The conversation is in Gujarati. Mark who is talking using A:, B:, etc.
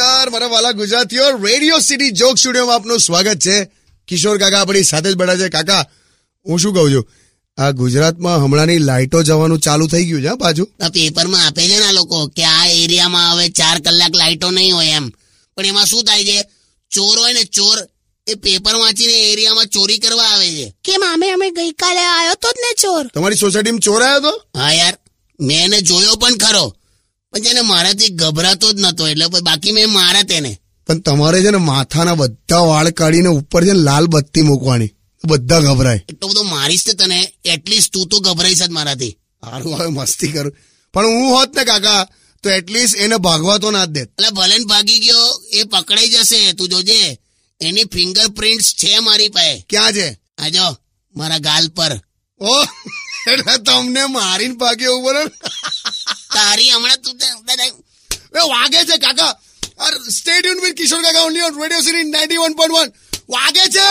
A: વાલા ગુજરાતીઓ રેડિયો સિટી જોક સ્ટુડિયોમાં આપનું સ્વાગત છે કિશોર કાકા આપણી સાથે જ બેઠા છે કાકા હું શું કહું છું આ ગુજરાતમાં હમણાંની લાઇટો જવાનું ચાલુ થઈ ગયું છે હા પાછું
B: આ પેપરમાં આપે છે ને આ લોકો કે આ એરિયામાં હવે ચાર કલાક લાઇટો નહીં હોય એમ પણ એમાં શું થાય છે ચોર હોય ને ચોર એ પેપર વાંચીને એરિયામાં ચોરી કરવા આવે છે
C: કે મામે અમે ગઈકાલે આવ્યો તો જ ને ચોર
A: તમારી સોસાયટીમાં ચોર આવ્યો હતો
B: હા યાર મેં એને જોયો પણ ખરો પણ છે ને મારાથી ગભરાતો જ નતો એટલે પછી બાકી મેં મારા તેને
A: પણ તમારે છે ને માથાના બધા વાળ કાઢીને ઉપર છે ને લાલ બત્તી મૂકવાની તો બધા ગભરાય
B: એટલો બધો મારીશ તે તને એટલીસ્ટ તું તો ગભરાઈશ જ મારાથી
A: સારું હવે મસ્તી કરું પણ હું હોત ને કાકા તો એટલીસ્ટ એને ભાગવા તો ના જ દેત
B: એટલે ભલે ને ભાગી ગયો એ પકડાઈ જશે તું જોજે એની ફિંગરપ્રિન્ટ્સ છે મારી પાસે
A: ક્યાં છે
B: આ જો મારા ગાલ પર
A: ઓ એટલે તમને મારીને ભાગે એવું બોલો ને?
B: તારી હમણાં તું તો-
A: એ વાગે છે કાકા અરે સ્ટે ટ્યુન વિથ કિશોર કાકા ઓનલી ઓન રેડિયો સિટી 91.1 વાગે છે